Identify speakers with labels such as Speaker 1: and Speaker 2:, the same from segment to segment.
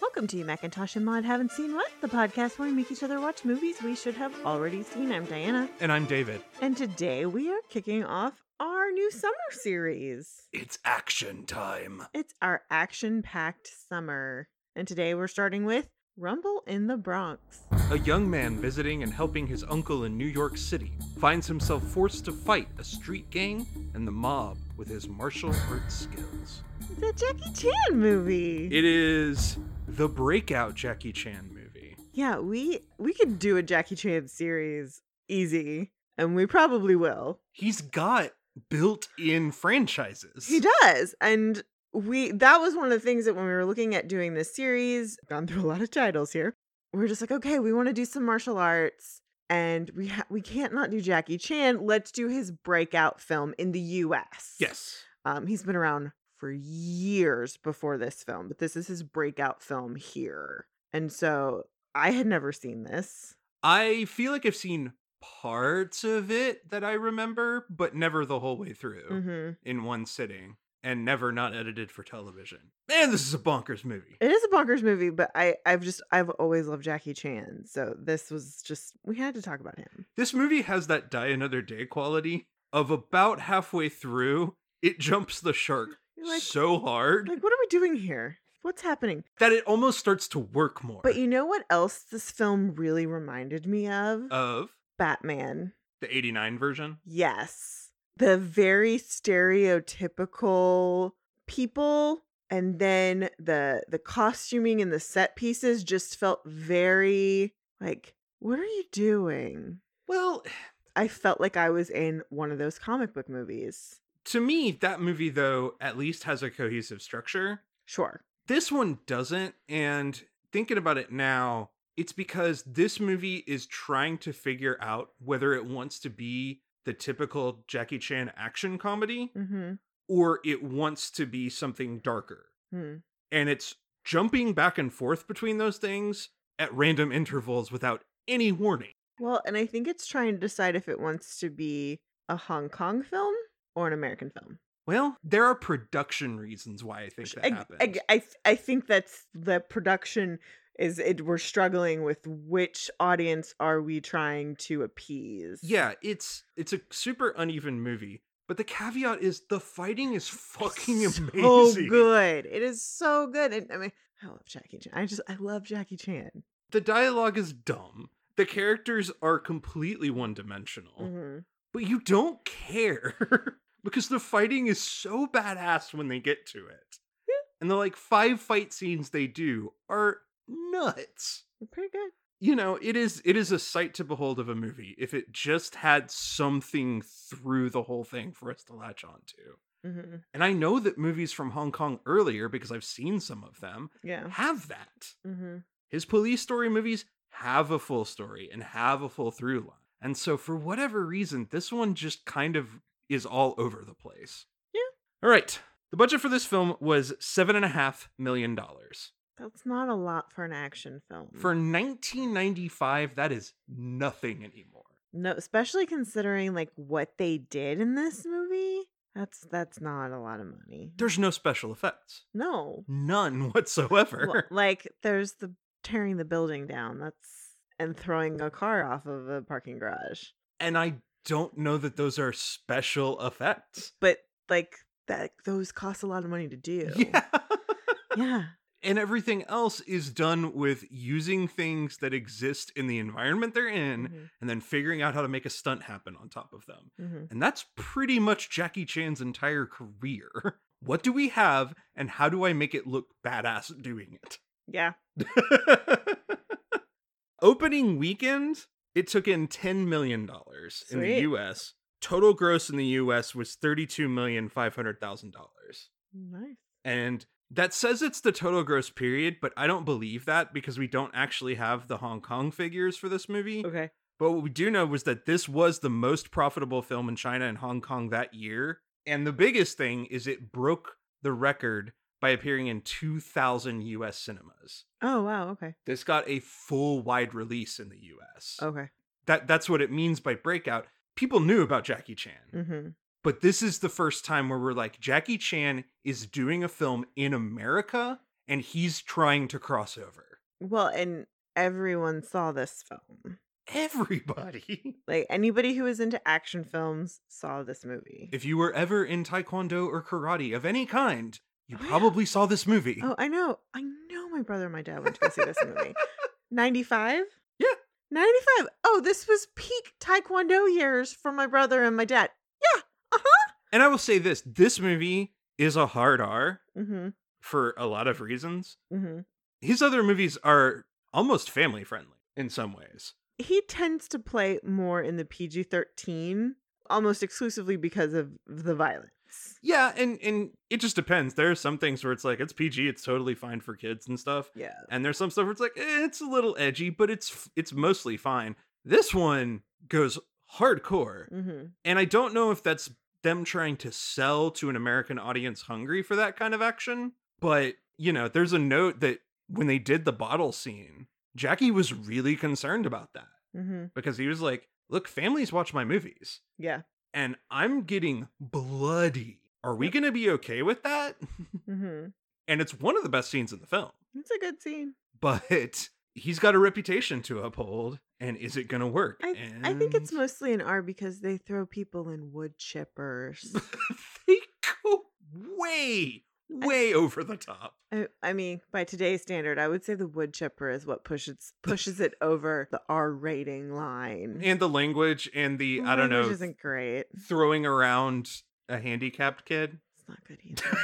Speaker 1: Welcome to You Macintosh and Mod Haven't Seen What, the podcast where we make each other watch movies we should have already seen. I'm Diana,
Speaker 2: And I'm David.
Speaker 1: and today we are kicking off our new summer series.
Speaker 2: It's action time.
Speaker 1: It's our action packed summer. And today we're starting with Rumble in the Bronx.
Speaker 2: A young man visiting and helping his uncle in New York City finds himself forced to fight a street gang and the mob with his martial arts skills.
Speaker 1: The Jackie Chan movie.
Speaker 2: It is the breakout Jackie Chan movie.
Speaker 1: yeah, we we could do a Jackie Chan series easy, and we probably will.
Speaker 2: He's got built in franchises.
Speaker 1: He does. And we that was one of the things that when we were looking at doing this series, gone through a lot of titles here. We were just like, okay, we want to do some martial arts and we ha- we can't not do Jackie Chan. Let's do his breakout film in the US.
Speaker 2: Yes.
Speaker 1: Um he's been around for years before this film, but this is his breakout film here. And so I had never seen this.
Speaker 2: I feel like I've seen parts of it that I remember, but never the whole way through.
Speaker 1: Mhm.
Speaker 2: in one sitting and never not edited for television. Man, this is a bonkers movie.
Speaker 1: It is a bonkers movie, but I, I've just I've always loved Jackie Chan. So this was just we had to talk about him.
Speaker 2: This movie has that die another day quality of about halfway through, it jumps the shark
Speaker 1: You're like,
Speaker 2: so hard
Speaker 1: like what are we doing here? What's happening?
Speaker 2: that it almost starts to work more.
Speaker 1: But you know what else this film really reminded me of?
Speaker 2: of
Speaker 1: Batman.
Speaker 2: the 89 version.
Speaker 1: Yes. The very stereotypical people and then the the costuming and the set pieces just felt very like what are you doing?
Speaker 2: Well,
Speaker 1: I felt like I was in one of those comic book movies.
Speaker 2: to me, that movie, though, at least has a cohesive structure.
Speaker 1: Sure.
Speaker 2: This one doesn't. And thinking about it now, it's because this movie is trying to figure out whether it wants to be the typical Jackie Chan action comedy
Speaker 1: Mhm.
Speaker 2: or it wants to be something darker.
Speaker 1: Hmm.
Speaker 2: And it's jumping back and forth between those things at random intervals without any warning.
Speaker 1: Well, and I think it's trying to decide if it wants to be a Hong Kong film or an American film.
Speaker 2: Well, there are production reasons why I think that
Speaker 1: I,
Speaker 2: happens.
Speaker 1: I, I, th- I think that's the production is it we're struggling with which audience are we trying to appease
Speaker 2: yeah, it's it's a super uneven movie, but the caveat is the fighting is fucking
Speaker 1: so
Speaker 2: amazing.
Speaker 1: good it is so good and i mean i love jackie chan i just i love jackie chan
Speaker 2: The dialogue is dumb. The characters are completely one dimensional,
Speaker 1: Mhm.
Speaker 2: but you don't care because the fighting is so badass when they get to it.
Speaker 1: Yeah.
Speaker 2: And the like five fight scenes they do are nuts.
Speaker 1: They're pretty good
Speaker 2: You know, it is it is a sight to behold of a movie if it just had something through the whole thing for us to latch onto.
Speaker 1: Mhm.
Speaker 2: And I know that movies from Hong Kong earlier because I've seen some of them
Speaker 1: yeah
Speaker 2: have that
Speaker 1: hmm
Speaker 2: his police story movies have a full story and have a full through line. And so for whatever reason, this one just kind of is all over the place.
Speaker 1: Yeah.
Speaker 2: All right. The budget for this film was seven and a half million dollars.
Speaker 1: that's not a lot for an action film
Speaker 2: For 1995, that is nothing anymore.
Speaker 1: No, especially considering like what they did in this movie. That's that's not a lot of money.
Speaker 2: There's no special effects,
Speaker 1: no.
Speaker 2: none
Speaker 1: Well,
Speaker 2: whatsoever.
Speaker 1: like there's the tearing the building down. That's and throwing a car off of a parking garage.
Speaker 2: And I don't know that those are special effects.
Speaker 1: But like that those cost a lot of money to do.
Speaker 2: Yeah.
Speaker 1: Yeah.
Speaker 2: and everything else is done with using things that exist in the environment they're in
Speaker 1: Mhm,
Speaker 2: and then figuring out how to make a stunt happen on top of them.
Speaker 1: mhm.
Speaker 2: And that's pretty much Jackie Chan's entire career. What do we have and how do I make it look badass doing
Speaker 1: Yeah.
Speaker 2: it? Opening weekend, it took in 10 million dollars in the
Speaker 1: Sweet.
Speaker 2: US. Total gross in the US was 32,500,000 dollars.
Speaker 1: Nice.
Speaker 2: And that says it's the total gross period, but I don't believe that because we don't actually have the Hong Kong figures for this movie.
Speaker 1: Okay.
Speaker 2: But what we do know was that this was the most profitable film in China and Hong Kong that year. And the biggest thing is it broke the record by appearing in 2,000 US cinemas.
Speaker 1: Oh wow, okay.
Speaker 2: This got a full wide release in the US.
Speaker 1: Okay.
Speaker 2: That, that's what it means by breakout. People knew about Jackie Chan.
Speaker 1: Mm-hmm.
Speaker 2: But this is the first time where we're like, Jackie Chan is doing a film in America and he's trying to cross over.
Speaker 1: Well, and everyone saw this film.
Speaker 2: Everybody.
Speaker 1: Like anybody who is into action films saw this movie.
Speaker 2: If you were ever in taekwondo or karate of any kind, you
Speaker 1: Oh, yeah.
Speaker 2: probably saw this movie.
Speaker 1: Oh, I know. I know my brother and my dad went to go see this movie. 95?
Speaker 2: Yeah.
Speaker 1: 95. Oh, this was peak Taekwondo years for my brother and my dad.
Speaker 2: And I will say this this movie is a hard R
Speaker 1: Mm
Speaker 2: for a lot of reasons.
Speaker 1: hmm. Mm hmm.
Speaker 2: His other movies are almost family friendly in some ways.
Speaker 1: He tends to play more in the PG 13 almost exclusively because of the violence.
Speaker 2: Yeah, and and it just depends. There are some things where it's like it's PG, it's totally fine for kids and stuff.
Speaker 1: Yeah.
Speaker 2: And there's some stuff where it's like eh, it's a little edgy, but it's it's mostly fine. This one goes hardcore.
Speaker 1: Mm hmm.
Speaker 2: And I don't know if that's them trying to sell to an American audience hungry for that kind of action, but you know, there's a note that when they did the bottle scene, Jackie was really concerned about that
Speaker 1: Mm hmm.
Speaker 2: because he was like, "Look, families watch my movies
Speaker 1: Yeah.
Speaker 2: and I'm getting bloody. Are we going to be okay with that?"
Speaker 1: Mm hmm.
Speaker 2: and it's one of the best scenes in the film.
Speaker 1: It's a good scene.
Speaker 2: But he's got a reputation to uphold and is it going to work?
Speaker 1: I, I think it's
Speaker 2: And-
Speaker 1: mostly an R because they throw people in wood chippers.
Speaker 2: they go way, way over the top.
Speaker 1: I, Uh, I mean, by today's standard, I would say the wood chipper is what pushes pushes it over the R rating line.
Speaker 2: And the language and the, I don't
Speaker 1: Mm. Language
Speaker 2: know,
Speaker 1: isn't great.
Speaker 2: throwing around a handicapped kid.
Speaker 1: It's not good either.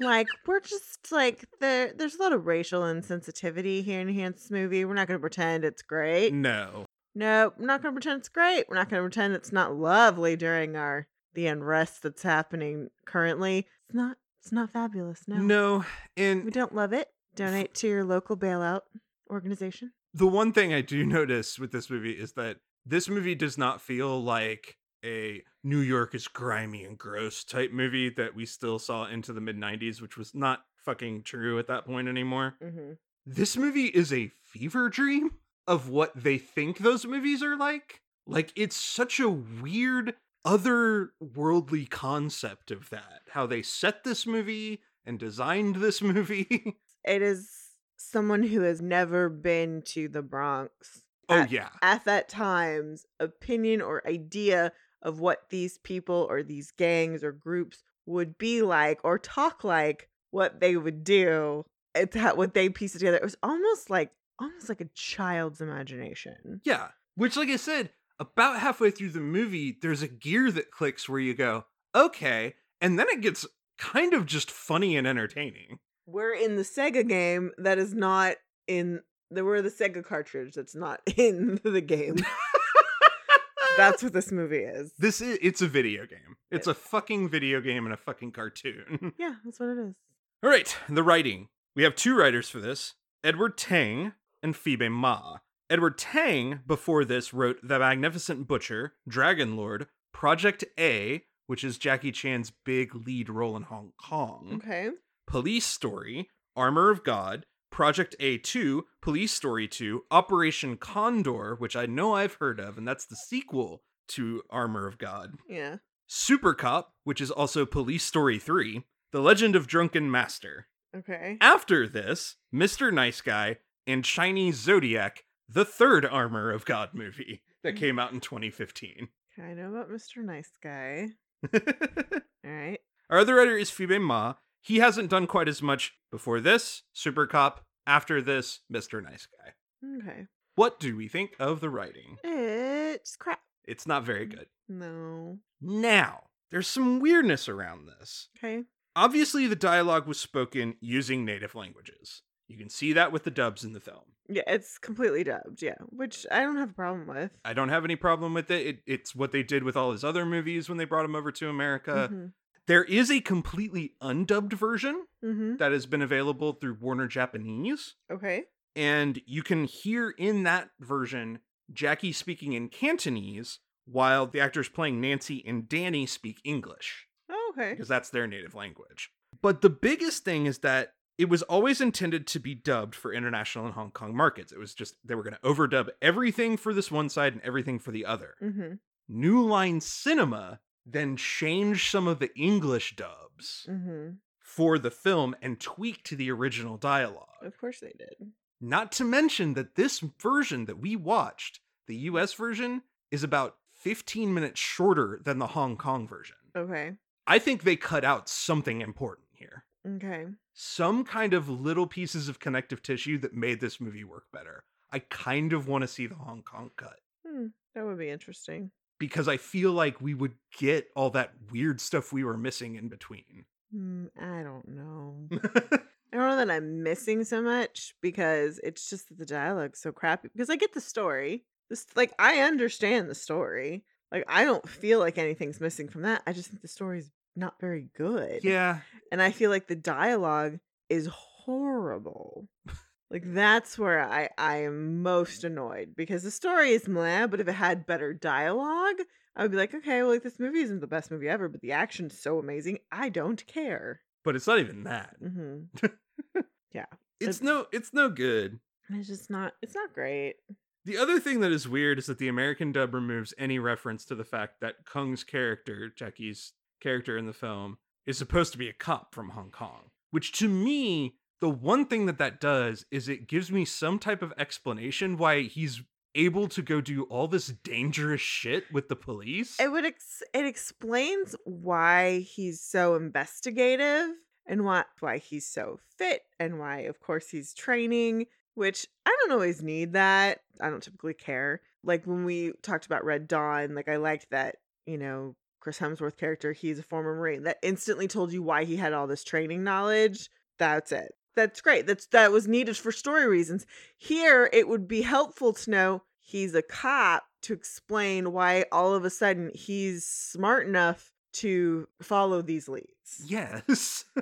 Speaker 1: like we're just like there. There's a lot of racial insensitivity here in Hans movie. We're not going to pretend it's great.
Speaker 2: no.
Speaker 1: No, we're not going to pretend it's great. We're not going to pretend it's not lovely during our the unrest that's happening currently. It's not. It's not fabulous. No.
Speaker 2: No.
Speaker 1: We
Speaker 2: And
Speaker 1: don't love it. Donate to your local bailout organization.
Speaker 2: the one thing I do notice with this movie is that this movie does not feel like a New York is grimy and gross type movie that we still saw into the mid 90s, which was not fucking true at that point anymore.
Speaker 1: Mm-hmm.
Speaker 2: this movie is a fever dream of what they think those movies are like. Like it's such a weird otherworldly concept of that. How they set this movie and designed this movie.
Speaker 1: it is someone who has never been to the Bronx
Speaker 2: oh
Speaker 1: Uh,
Speaker 2: yeah.
Speaker 1: at that time's opinion or idea of what these people or these gangs or groups would be like or talk like, what they would do. It's how, what they piece it together. It was almost like almost like a child's imagination.
Speaker 2: Yeah. Which like I said, about halfway through the movie there's a gear that clicks where you go, "Okay." And then it gets kind of just funny and entertaining.
Speaker 1: We're in the Sega game that is not in the we're the Sega cartridge that's not in the game. that's what this movie is.
Speaker 2: This is it's a video game. It's
Speaker 1: It-
Speaker 2: a fucking video game and a fucking cartoon.
Speaker 1: Yeah, that's what it is.
Speaker 2: All right, the writing. We have two writers for this Edward Tang and Phoebe Ma. Edward Tang, before this, wrote The Magnificent Butcher, Dragon Lord, Project A, which is Jackie Chan's big lead role in Hong Kong,
Speaker 1: Okay.
Speaker 2: Police Story, Armor of God, Project A2, Police Story 2, Operation Condor, which I know I've heard of, and that's the sequel to Armor of God.
Speaker 1: Yeah.
Speaker 2: Super Cop, which is also Police Story 3, The Legend of Drunken Master.
Speaker 1: Okay.
Speaker 2: After this, Mr. Nice Guy and Chinese Zodiac, the third Armor of God movie that came out in 2015.
Speaker 1: I know about Mr. Nice Guy. All right.
Speaker 2: Our other writer is Phoebe Ma. He hasn't done quite as much before this, Super Cop, after this, Mr. Nice Guy.
Speaker 1: Okay.
Speaker 2: What do we think of the writing?
Speaker 1: It's crap.
Speaker 2: It's not very good.
Speaker 1: No.
Speaker 2: Now, there's some weirdness around this.
Speaker 1: Okay.
Speaker 2: Obviously, the dialogue was spoken using native languages. You can see that with the dubs in the film.
Speaker 1: Yeah, it's completely dubbed. Yeah, which I don't have a problem with.
Speaker 2: I don't have any problem with it. it it's what they did with all his other movies when they brought him over to America.
Speaker 1: Mhm.
Speaker 2: There is a completely undubbed version
Speaker 1: Mhm.
Speaker 2: that has been available through Warner Japanese.
Speaker 1: Okay.
Speaker 2: And you can hear in that version Jackie speaking in Cantonese while the actors playing Nancy and Danny speak English
Speaker 1: Oh, okay.
Speaker 2: because that's their native language. But the biggest thing is that it was always intended to be dubbed for international and Hong Kong markets. It was just they were going to overdub everything for this one side and everything for the other.
Speaker 1: Mhm.
Speaker 2: New Line Cinema then changed some of the English dubs
Speaker 1: Mhm.
Speaker 2: for the film and tweaked the original dialogue.
Speaker 1: Of course they did.
Speaker 2: Not to mention that this version that we watched, the US version, is about 15 minutes shorter than the Hong Kong version.
Speaker 1: Okay.
Speaker 2: I think they cut out something important here.
Speaker 1: Okay.
Speaker 2: Some kind of little pieces of connective tissue that made this movie work better. I kind of want to see the Hong Kong cut
Speaker 1: Hmm. That would be interesting.
Speaker 2: because I feel like we would get all that weird stuff we were missing in between.
Speaker 1: Hmm, I don't know. I don't know that I'm missing so much because it's just that the dialogue's so crappy. Because I get the story. This like I understand the story. Like I don't feel like anything's missing from that. I just think the story's not very good.
Speaker 2: yeah.
Speaker 1: And I feel like the dialogue is horrible. like that's where I I am most annoyed because the story is meh, but if it had better dialogue, I would be like, okay, well like this movie isn't the best movie ever, but the action's so amazing, I don't care.
Speaker 2: But it's not even that.
Speaker 1: hmm
Speaker 2: It's no it's no good.
Speaker 1: And it's just not it's not great.
Speaker 2: The other thing that is weird is that the American dub removes any reference to the fact that Kung's character, Jackie's character in the film, is supposed to be a cop from Hong Kong. Which to me, the one thing that that does is it gives me some type of explanation why he's able to go do all this dangerous shit with the police.
Speaker 1: It would ex- it explains why he's so investigative and why why he's so fit and why of course he's training, which I don't always need that. I don't typically care. Like when we talked about Red Dawn, like I liked that, you know, Chris Hemsworth character, he's a former Marine. That instantly told you why he had all this training knowledge. That's it. That's great. That's that was needed for story reasons. Here, it would be helpful to know he's a cop to explain why all of a sudden he's smart enough to follow these leads.
Speaker 2: Yes.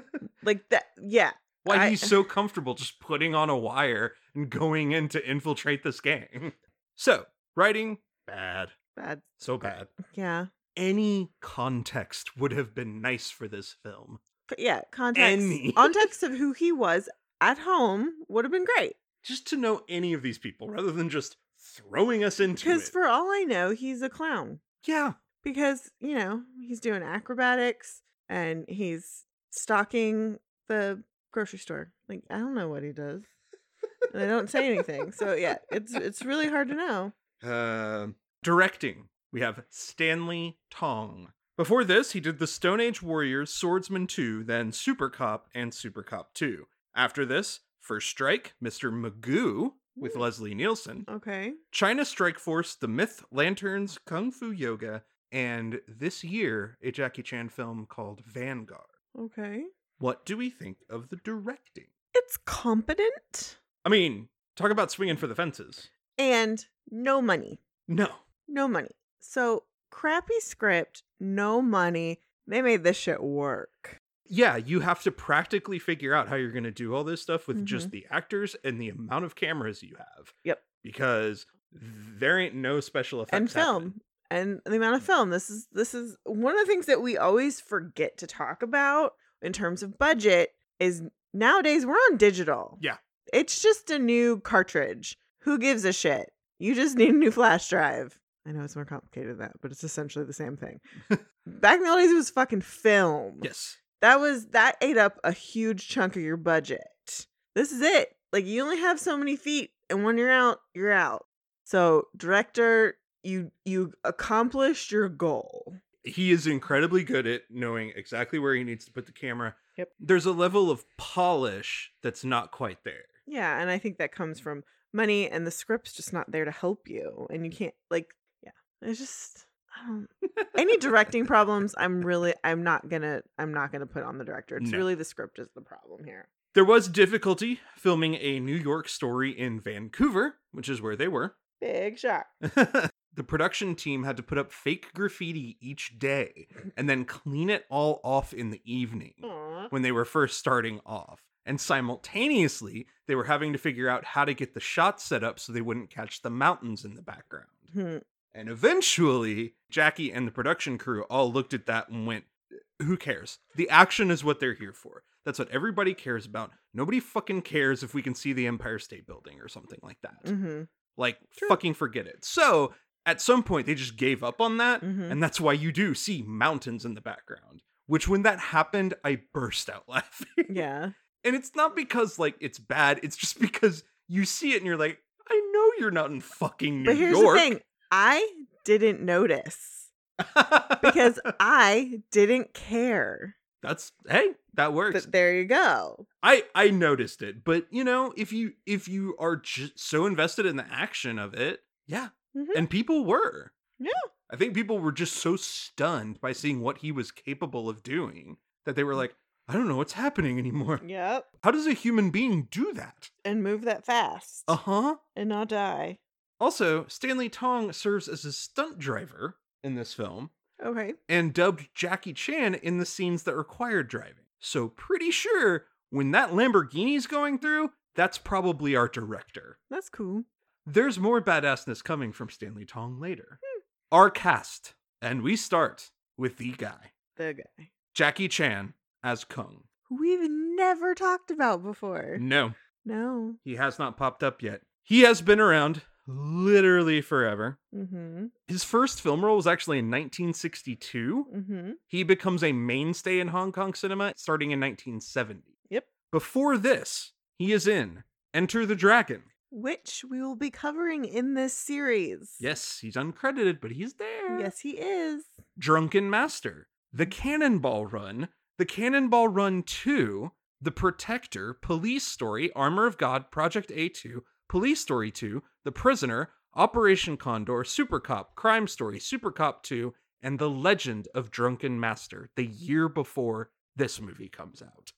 Speaker 1: Like that, yeah.
Speaker 2: why
Speaker 1: I-
Speaker 2: he's so comfortable just putting on a wire and going in to infiltrate this gang. So, writing, bad.
Speaker 1: Bad.
Speaker 2: So bad.
Speaker 1: Yeah.
Speaker 2: any context would have been nice for this film.
Speaker 1: But yeah, context.
Speaker 2: Any.
Speaker 1: context of who he was at home would have been great.
Speaker 2: Just to know any of these people rather than just throwing us into it.
Speaker 1: Because for all I know, he's a clown.
Speaker 2: yeah,
Speaker 1: Because, you know, he's doing acrobatics and he's stalking the grocery store. Like, I don't know what he does. and they don't say anything. So yeah, it's it's really hard to know.
Speaker 2: Um, directing, we have Stanley Tong. Before this, he did The Stone Age Warriors, Swordsman 2, then Super Cop and Super Cop 2. After this, First Strike, Mr. Magoo with
Speaker 1: Ooh.
Speaker 2: Leslie Nielsen,
Speaker 1: Okay.
Speaker 2: China Strike Force, The Myth, Lanterns, Kung Fu Yoga, and this year, a Jackie Chan film called Vanguard.
Speaker 1: Okay.
Speaker 2: What do we think of the directing?
Speaker 1: It's competent
Speaker 2: I mean, talk about swinging for the fences.
Speaker 1: and no money.
Speaker 2: No.
Speaker 1: No money. So crappy script, no money. They made this shit work.
Speaker 2: Yeah, you have to practically figure out how you're going to do all this stuff with just the actors and the amount of cameras you have.
Speaker 1: Mm-hmm. Yep.
Speaker 2: Because there ain't no special effects. Mm-hmm.
Speaker 1: and film. And the amount of film. This is this is one of the things that we always forget to talk about in terms of budget is nowadays we're on digital.
Speaker 2: Yeah.
Speaker 1: It's just a new cartridge. Who gives a shit? You just need a new flash drive. I know it's more complicated than that, but it's essentially the same thing. Back in the old days, it was fucking film.
Speaker 2: happening. Yes.
Speaker 1: that was that ate up a huge chunk of your budget. This is it. Like you only have so many feet and when you're out, you're out. So, director, you you accomplished your goal.
Speaker 2: he is incredibly good at knowing exactly where he needs to put the camera.
Speaker 1: Yep.
Speaker 2: There's a level of polish that's not quite there.
Speaker 1: Yeah, and I think that comes from money and the script's just not there to help you and you can't like yeah. It's just I don't any directing problems I'm really I'm not going to I'm not going to put on the director. It's
Speaker 2: No.
Speaker 1: really the script is the problem here.
Speaker 2: There was difficulty filming a New York story in Vancouver, which is where they were.
Speaker 1: Big shock.
Speaker 2: the production team had to put up fake graffiti each day and then clean it all off in the evening
Speaker 1: Aw.
Speaker 2: when they were first starting off. And simultaneously, they were having to figure out how to get the shots set up so they wouldn't catch the mountains in the background.
Speaker 1: Hmm.
Speaker 2: And eventually, Jackie and the production crew all looked at that and went, Who cares? The action is what they're here for. That's what everybody cares about. Nobody fucking cares if we can see the Empire State Building or something like that.
Speaker 1: Mhm.
Speaker 2: Like,
Speaker 1: True.
Speaker 2: fucking forget it. So, at some point, they just gave up on that.
Speaker 1: Mhm.
Speaker 2: And that's why you do see mountains in the background, which when that happened, I burst out laughing.
Speaker 1: Yeah.
Speaker 2: And it's not because like it's bad, it's just because you see it and you're like, I know you're not in fucking New
Speaker 1: But here's
Speaker 2: York.
Speaker 1: the thing I didn't notice because I didn't care.
Speaker 2: that's hey, that works.
Speaker 1: But there you go.
Speaker 2: I I noticed it, but you know, if you if you are j- so invested in the action of it, yeah,
Speaker 1: Mhm.
Speaker 2: and people were,
Speaker 1: Yeah.
Speaker 2: I think people were just so stunned by seeing what he was capable of doing that they were like, I don't know what's happening anymore.
Speaker 1: Yep.
Speaker 2: How does a human being do that?
Speaker 1: And move that fast
Speaker 2: Uh huh.
Speaker 1: and not die.
Speaker 2: Also, Stanley Tong serves as a stunt driver in this film
Speaker 1: Okay.
Speaker 2: and dubbed Jackie Chan in the scenes that require driving. So pretty sure when that Lamborghini's going through, that's probably our director.
Speaker 1: That's cool.
Speaker 2: There's more badassness coming from Stanley Tong later. Our cast, and we start with the guy,
Speaker 1: The guy
Speaker 2: Jackie Chan as Kung.
Speaker 1: who we've never talked about before.
Speaker 2: No,
Speaker 1: No.
Speaker 2: he has not popped up yet. He has been around literally forever.
Speaker 1: Mm-hmm.
Speaker 2: His first film role was actually in 1962.
Speaker 1: Mm-hmm.
Speaker 2: He becomes a mainstay in Hong Kong cinema starting in 1970.
Speaker 1: Yep.
Speaker 2: Before this, he is in Enter the Dragon.
Speaker 1: Which we will be covering in this series.
Speaker 2: Yes, he's uncredited, but he's there.
Speaker 1: Yes, he is.
Speaker 2: Drunken Master, The Cannonball Run, The Cannonball Run 2, The Protector, Police Story, Armor of God, Project A2, Police Story 2, The Prisoner, Operation Condor, Super Cop, Crime Story, Super Cop 2, and The Legend of Drunken Master, the year before this movie comes out.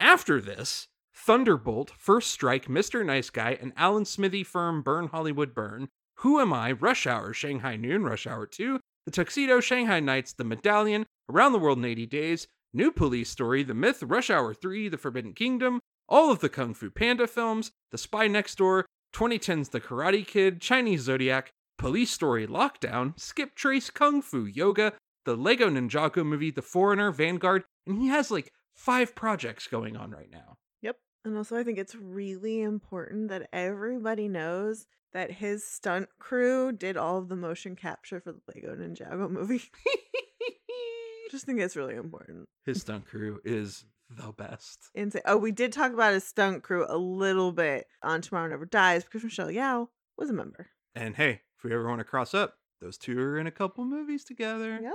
Speaker 2: After this, Thunderbolt, First Strike, Mr. Nice Guy, and Alan Smithy firm Burn Hollywood Burn, Who Am I, Rush Hour, Shanghai Noon, Rush Hour 2, the Tuxedo, Shanghai Nights, The Medallion, Around the World in 80 Days, New Police Story, The Myth, Rush Hour 3, The Forbidden Kingdom, all of the Kung Fu Panda films, The Spy Next Door, 2010's The Karate Kid, Chinese Zodiac, Police Story Lockdown, Skip Trace, Kung Fu Yoga, The Lego Ninjago movie, The Foreigner, Vanguard, and he has like five projects going on right now.
Speaker 1: And also, I think it's really important that everybody knows that his stunt crew did all of the motion capture for the Lego Ninjago movie. Just think it's really important.
Speaker 2: His stunt crew is the best.
Speaker 1: And say, oh, we did talk about his stunt crew a little bit on Tomorrow Never Dies because Michelle Yao was a member.
Speaker 2: And hey, if we ever want to cross up, those two are in a couple movies together.
Speaker 1: Yep.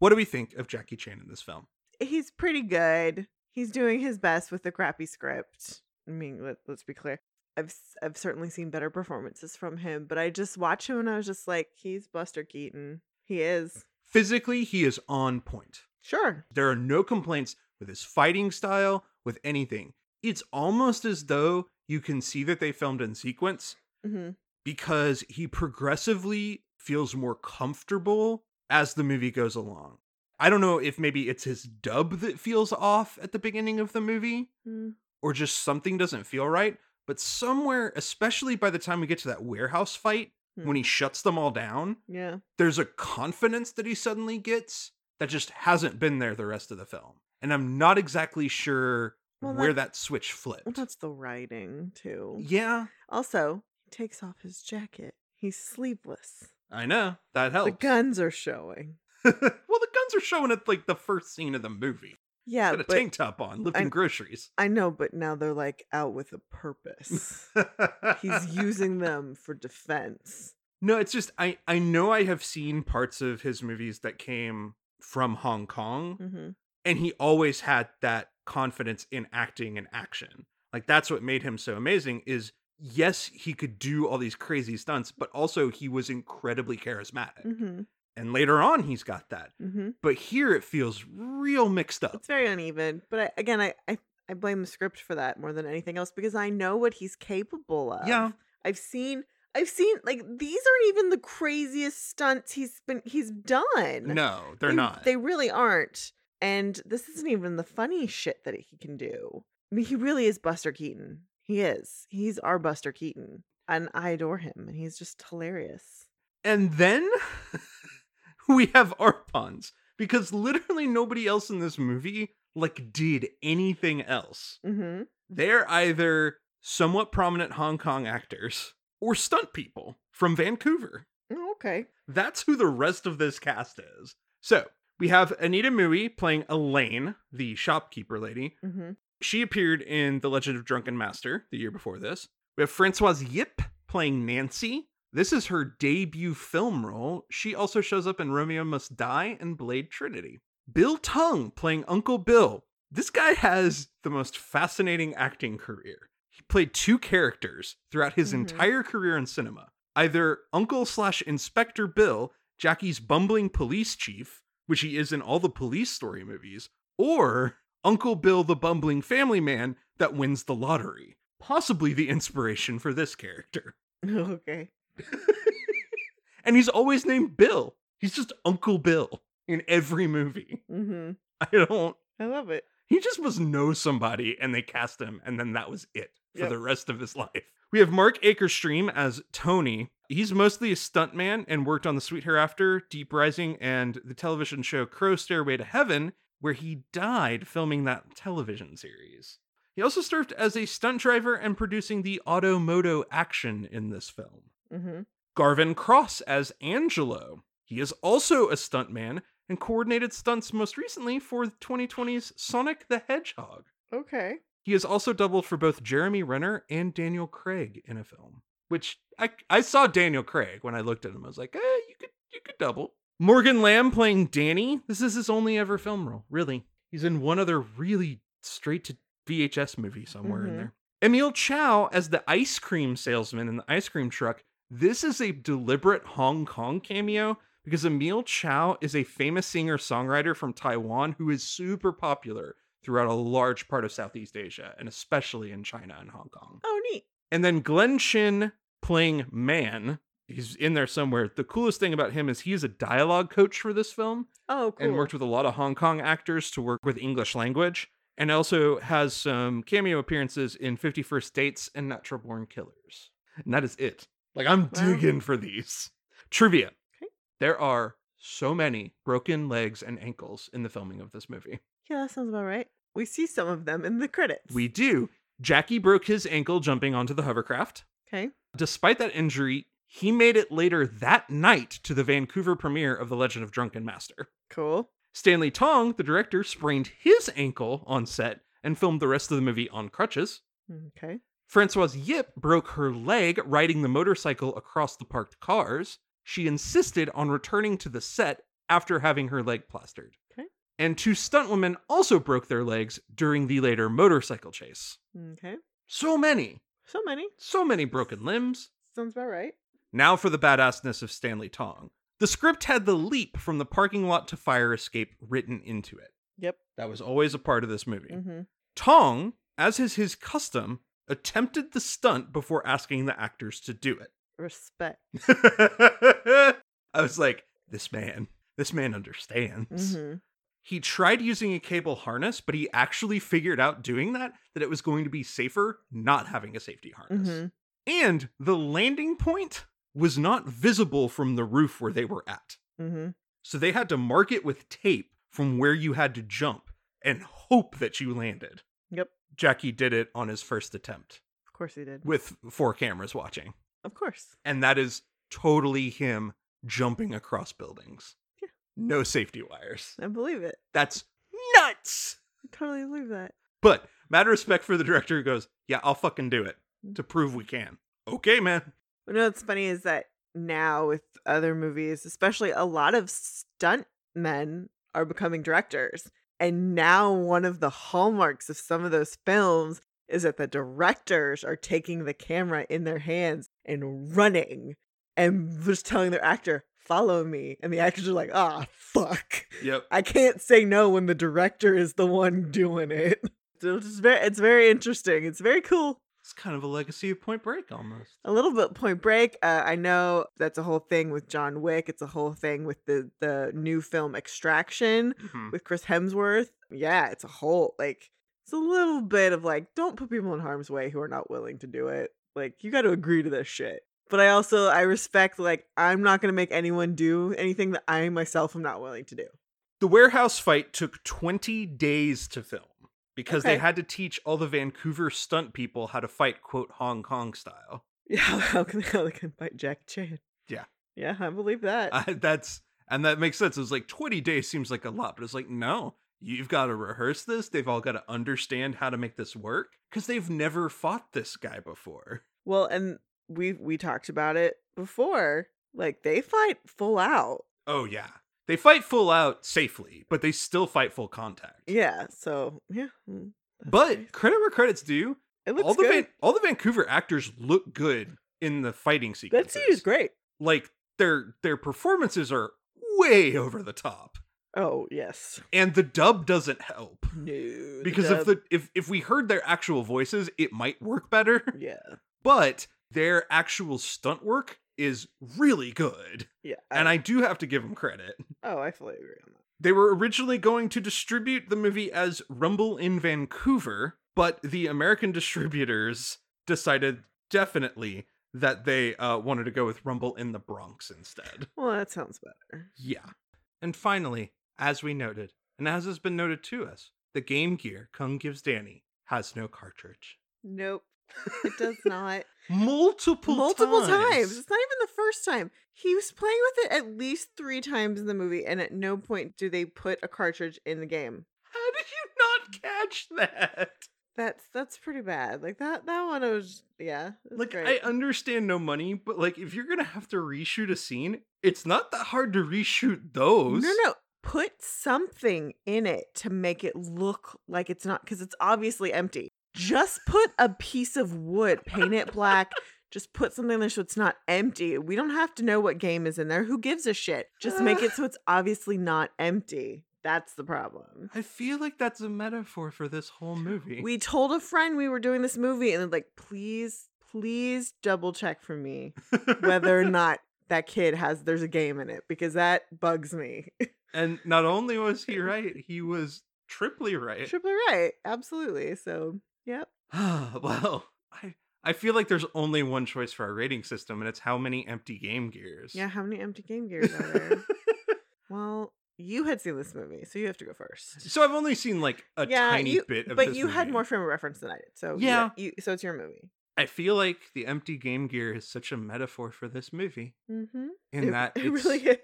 Speaker 2: What do we think of Jackie Chan in this film?
Speaker 1: He's pretty good. He's doing his best with the crappy script. I mean, let, let's be clear. I've s- I've certainly seen better performances from him, but I just watched him and I was just like, he's Buster Keaton. He is.
Speaker 2: Physically, he is on point.
Speaker 1: Sure.
Speaker 2: There are no complaints with his fighting style, with anything. It's almost as though you can see that they filmed in sequence
Speaker 1: hmm
Speaker 2: because he progressively feels more comfortable as the movie goes along. I don't know if maybe it's his dub that feels off at the beginning of the movie
Speaker 1: Mm.
Speaker 2: or just something doesn't feel right, but somewhere, especially by the time we get to that warehouse fight, when he shuts them all down,
Speaker 1: Yeah.
Speaker 2: there's a confidence that he suddenly gets that just hasn't been there the rest of the film. And I'm not exactly sure
Speaker 1: Well,
Speaker 2: where
Speaker 1: that-
Speaker 2: that switch
Speaker 1: Well,
Speaker 2: flipped.
Speaker 1: that's the writing too.
Speaker 2: Yeah,
Speaker 1: Also, he takes off his jacket. He's sleeveless.
Speaker 2: I know. That helps.
Speaker 1: The guns are showing.
Speaker 2: well, the guns are showing at like the first scene of the movie.
Speaker 1: Yeah,
Speaker 2: Got a
Speaker 1: but
Speaker 2: tank top on, lifting
Speaker 1: I'm-
Speaker 2: groceries.
Speaker 1: I know, but now they're like out with a purpose. He's using them for defense.
Speaker 2: No, it's just I I know I have seen parts of his movies that came from Hong Kong
Speaker 1: hmm
Speaker 2: and he always had that confidence in acting and action like that's what made him so amazing is yes he could do all these crazy stunts but also he was incredibly charismatic
Speaker 1: hmm
Speaker 2: and later on he's got that
Speaker 1: hmm
Speaker 2: but here it feels real mixed up
Speaker 1: It's very uneven, but I, again, I, I I blame the script for that more than anything else because I know what he's capable of.
Speaker 2: yeah
Speaker 1: I've seen. I've seen like these aren't even the craziest stunts he's been he's done.
Speaker 2: no they're
Speaker 1: They-
Speaker 2: not
Speaker 1: They really aren't. And this isn't even the funny shit that he can do. I mean, he really is Buster Keaton. He is. He's our Buster Keaton. And I adore him. And he's just hilarious.
Speaker 2: and then we have arpons because literally nobody else in this movie like did anything else
Speaker 1: Mm-hmm.
Speaker 2: they're either somewhat prominent Hong Kong actors or stunt people from Vancouver.
Speaker 1: Oh, okay.
Speaker 2: That's who the rest of this cast is. So We have Anita Mui playing Elaine, the shopkeeper lady.
Speaker 1: hmm
Speaker 2: She appeared in The Legend of Drunken Master the year before this. We have Francoise Yip playing Nancy. This is her debut film role. She also shows up in Romeo Must Die and Blade Trinity. Bill Tung playing Uncle Bill. This guy has the most fascinating acting career. He played two characters throughout his
Speaker 1: Mhm.
Speaker 2: entire career in cinema either Uncle slash Inspector Bill, Jackie's bumbling police chief, which he is in all the police story movies, or Uncle Bill, the bumbling family man that wins the lottery. Possibly the inspiration for this character.
Speaker 1: Okay.
Speaker 2: And he's always named Bill. He's just Uncle Bill in every movie.
Speaker 1: hmm
Speaker 2: I don't.
Speaker 1: I love it.
Speaker 2: He just must know somebody and they cast him, and then that was it for
Speaker 1: Yep.
Speaker 2: the rest of his life. We have Mark Akerstream as Tony. He's mostly a stuntman and worked on The Sweet Hereafter, Deep Rising, and the television show Crow Stairway to Heaven, where he died filming that television series. He also served as a stunt driver and producing the Automoto action in this film.
Speaker 1: hmm
Speaker 2: Garvin Cross as Angelo. He is also a stuntman and coordinated stunts most recently for 2020's Sonic the Hedgehog.
Speaker 1: Okay.
Speaker 2: He has also doubled for both Jeremy Renner and Daniel Craig in a film, which I, I saw Daniel Craig when I looked at him. I was like, eh, you could you could double. Morgan Lamb playing Danny. This is his only ever film role, really. He's in one other really straight to VHS movie somewhere in
Speaker 1: Mhm.
Speaker 2: there. Emil Chow as the ice cream salesman in the ice cream truck. This is a deliberate Hong Kong cameo because Emil Chow is a famous singer songwriter from Taiwan who is super popular throughout a large part of Southeast Asia and especially in China and Hong Kong.
Speaker 1: Oh, neat.
Speaker 2: And then Glenn Chin playing Man. He's in there somewhere. The coolest thing about him is he is a dialogue coach for this film
Speaker 1: Oh, cool.
Speaker 2: and worked with a lot of Hong Kong actors to work with English language, and also has some cameo appearances in 51st Dates and Natural Born Killers. And that is it. Like, I'm
Speaker 1: Wow.
Speaker 2: digging for these. Trivia.
Speaker 1: Okay.
Speaker 2: There are so many broken legs and ankles in the filming of this movie.
Speaker 1: yeah, that sounds about right. We see some of them in the credits.
Speaker 2: We do. Jackie broke his ankle jumping onto the hovercraft.
Speaker 1: okay.
Speaker 2: Despite that injury, he made it later that night to the Vancouver premiere of The Legend of Drunken Master.
Speaker 1: Cool.
Speaker 2: Stanley Tong, the director, sprained his ankle on set and filmed the rest of the movie on crutches.
Speaker 1: Okay.
Speaker 2: Francoise Yip broke her leg riding the motorcycle across the parked cars. She insisted on returning to the set after having her leg plastered.
Speaker 1: Okay.
Speaker 2: And two stunt women also broke their legs during the later motorcycle chase.
Speaker 1: Okay.
Speaker 2: So many,
Speaker 1: So many.
Speaker 2: so many broken limbs.
Speaker 1: Sounds about right.
Speaker 2: Now for the badassness of Stanley Tong. The script had the leap from the parking lot to fire escape written into it.
Speaker 1: Yep.
Speaker 2: That was always a part of this movie.
Speaker 1: Mm-hmm.
Speaker 2: Tong, as is his custom, attempted the stunt before asking the actors to do
Speaker 1: Respect.
Speaker 2: it. I was like, this man, this man understands.
Speaker 1: hmm
Speaker 2: He tried using a cable harness, but he actually figured out doing that that it was going to be safer not having a safety harness.
Speaker 1: hmm
Speaker 2: And the landing point was not visible from the roof where they were at.
Speaker 1: hmm
Speaker 2: So they had to mark it with tape from where you had to jump and hope that you landed.
Speaker 1: Yep.
Speaker 2: Jackie did it on his first attempt
Speaker 1: Of course he did.
Speaker 2: with four cameras watching.
Speaker 1: Of course.
Speaker 2: And that is totally him jumping across buildings.
Speaker 1: Yeah.
Speaker 2: No safety wires.
Speaker 1: I believe it.
Speaker 2: That's nuts.
Speaker 1: I totally believe that.
Speaker 2: But mad respect for the director who goes, Yeah, I'll fucking do it to prove we can. Okay, man.
Speaker 1: You know what's funny is that now with other movies, especially a lot of stunt men are becoming directors. And now one of the hallmarks of some of those films is that the directors are taking the camera in their hands and running and just telling their actor, follow me. And the actors are like, ah, fuck.
Speaker 2: Yep.
Speaker 1: I can't say no when the director is the one doing it. So it's just very it's very interesting. It's very cool
Speaker 2: It's kind of a legacy of Point Break almost.
Speaker 1: a little bit point break uh, i know that's a whole thing with john wick it's a whole thing with the the new film extraction
Speaker 2: Mhm.
Speaker 1: with chris hemsworth yeah it's a whole like it's a little bit of like don't put people in harm's way who are not willing to do it like you got to agree to this shit but i also i respect like i'm not going to make anyone do anything that i myself am not willing to do
Speaker 2: The warehouse fight took 20 days to film because they
Speaker 1: Okay.
Speaker 2: had to teach all the Vancouver stunt people how to fight, quote, Hong Kong style.
Speaker 1: yeah how can how they can fight jack chan
Speaker 2: Yeah.
Speaker 1: yeah i believe that
Speaker 2: I, that's And that makes sense. It was like 20 days seems like a lot, but it's like, no, you've got to rehearse this. They've all got to understand how to make this work because they've never fought this guy before.
Speaker 1: Well, and we we talked about it before. Like they fight full out.
Speaker 2: Oh, yeah. They fight full out safely, but they still fight full contact.
Speaker 1: Yeah. So yeah. mm, that's
Speaker 2: But
Speaker 1: nice.
Speaker 2: credit where credit's due,
Speaker 1: it
Speaker 2: all
Speaker 1: looks
Speaker 2: the,
Speaker 1: good.
Speaker 2: Van- all the Vancouver actors look good in the fighting
Speaker 1: That
Speaker 2: sequences.
Speaker 1: scene is great.
Speaker 2: Like their their performances are way over the top.
Speaker 1: Oh yes.
Speaker 2: And the dub doesn't help.
Speaker 1: No. the
Speaker 2: Because if
Speaker 1: dub-
Speaker 2: the if if we heard their actual voices, it might work better.
Speaker 1: yeah
Speaker 2: But their actual stunt work is really good.
Speaker 1: yeah.
Speaker 2: And I do have to give them credit.
Speaker 1: oh I fully agree on that.
Speaker 2: They were originally going to distribute the movie as Rumble in Vancouver, but the American distributors decided definitely that they uh, wanted to go with Rumble in the Bronx instead.
Speaker 1: Well, that sounds better.
Speaker 2: Yeah. And finally, as we noted, and as has been noted to us, the Game Gear Kung gives Danny has no cartridge.
Speaker 1: Nope. It does not.
Speaker 2: Multiple
Speaker 1: multiple times. It's not even the first time. He was playing with it at least three times in the movie, and at no point do they put a cartridge in the game.
Speaker 2: How did you not catch that?
Speaker 1: That's that's pretty bad. Like that that one was yeah. it was
Speaker 2: Like
Speaker 1: great.
Speaker 2: I understand no money, but like if you're gonna have to reshoot a scene, it's not that hard to reshoot those.
Speaker 1: no no put something in it to make it look like it's not because it's obviously empty. Just put a piece of wood, paint it black. Just put something there so it's not empty. We don't have to know what game is in there. Who gives a shit? Just make it so it's obviously not empty. That's the problem.
Speaker 2: I feel like that's a metaphor for this whole movie.
Speaker 1: We told a friend we were doing this movie, and they're like, please, please double check for me whether or not that kid has there's a game in it because that bugs me.
Speaker 2: and not only was he right, he was triply right.
Speaker 1: Triple right, absolutely. So, yep.
Speaker 2: well, I I feel like there's only one choice for our rating system, and it's how many empty game gears.
Speaker 1: Yeah, how many empty game gears are there? well, you had seen this movie, so you have to go first.
Speaker 2: so I've only seen like a
Speaker 1: yeah,
Speaker 2: tiny
Speaker 1: you-
Speaker 2: bit of
Speaker 1: but
Speaker 2: this
Speaker 1: you had
Speaker 2: movie.
Speaker 1: more frame of reference than I did. So
Speaker 2: Yeah.
Speaker 1: yeah, you, so it's your movie.
Speaker 2: I feel like the empty game gear is such a metaphor for this movie.
Speaker 1: Mm-hmm.
Speaker 2: In that
Speaker 1: it
Speaker 2: it's-
Speaker 1: really is.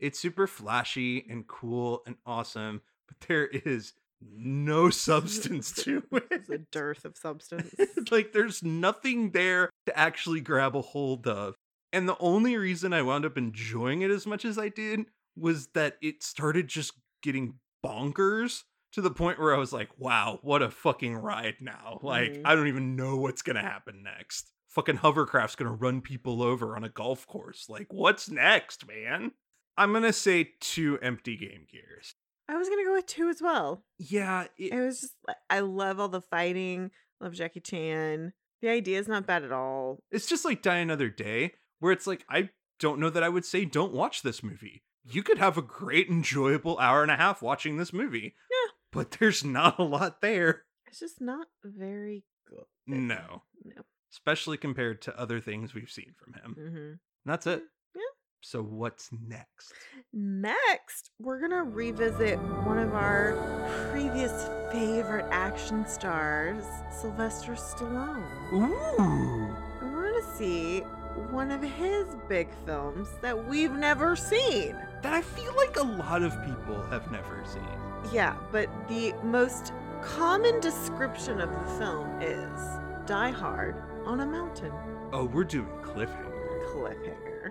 Speaker 2: it's super flashy and cool and awesome, but there is no substance to
Speaker 1: It's a
Speaker 2: it.
Speaker 1: dearth of substance.
Speaker 2: like there's nothing there to actually grab a hold of. And the only reason I wound up enjoying it as much as I did was that it started just getting bonkers to the point where I was like, wow, what a fucking ride now. Like,
Speaker 1: Mhm.
Speaker 2: I don't even know what's going to happen next. Fucking hovercraft's going to run people over on a golf course. Like, what's next, man? I'm going to say two empty game gears.
Speaker 1: I was gonna go with two as well.
Speaker 2: Yeah, it,
Speaker 1: It was just like I love all the fighting. Love Jackie Chan. The idea is not bad at all.
Speaker 2: It's just like Die Another Day, where it's like, I don't know that I would say don't watch this movie. You could have a great, enjoyable hour and a half watching this movie.
Speaker 1: Yeah.
Speaker 2: But there's not a lot there.
Speaker 1: It's just not very good.
Speaker 2: No.
Speaker 1: No.
Speaker 2: Especially compared to other things we've seen from him. And
Speaker 1: hmm
Speaker 2: that's it.
Speaker 1: Yeah.
Speaker 2: So what's next?
Speaker 1: Next, we're gonna revisit one of our previous favorite action stars, Sylvester Stallone.
Speaker 2: Ooh.
Speaker 1: And we're gonna see one of his big films that we've never seen.
Speaker 2: That I feel like a lot of people have never seen.
Speaker 1: Yeah, but the most common description of the film is Die Hard on a Mountain.
Speaker 2: Oh, we're doing cliffhanger.
Speaker 1: Cliffhanger.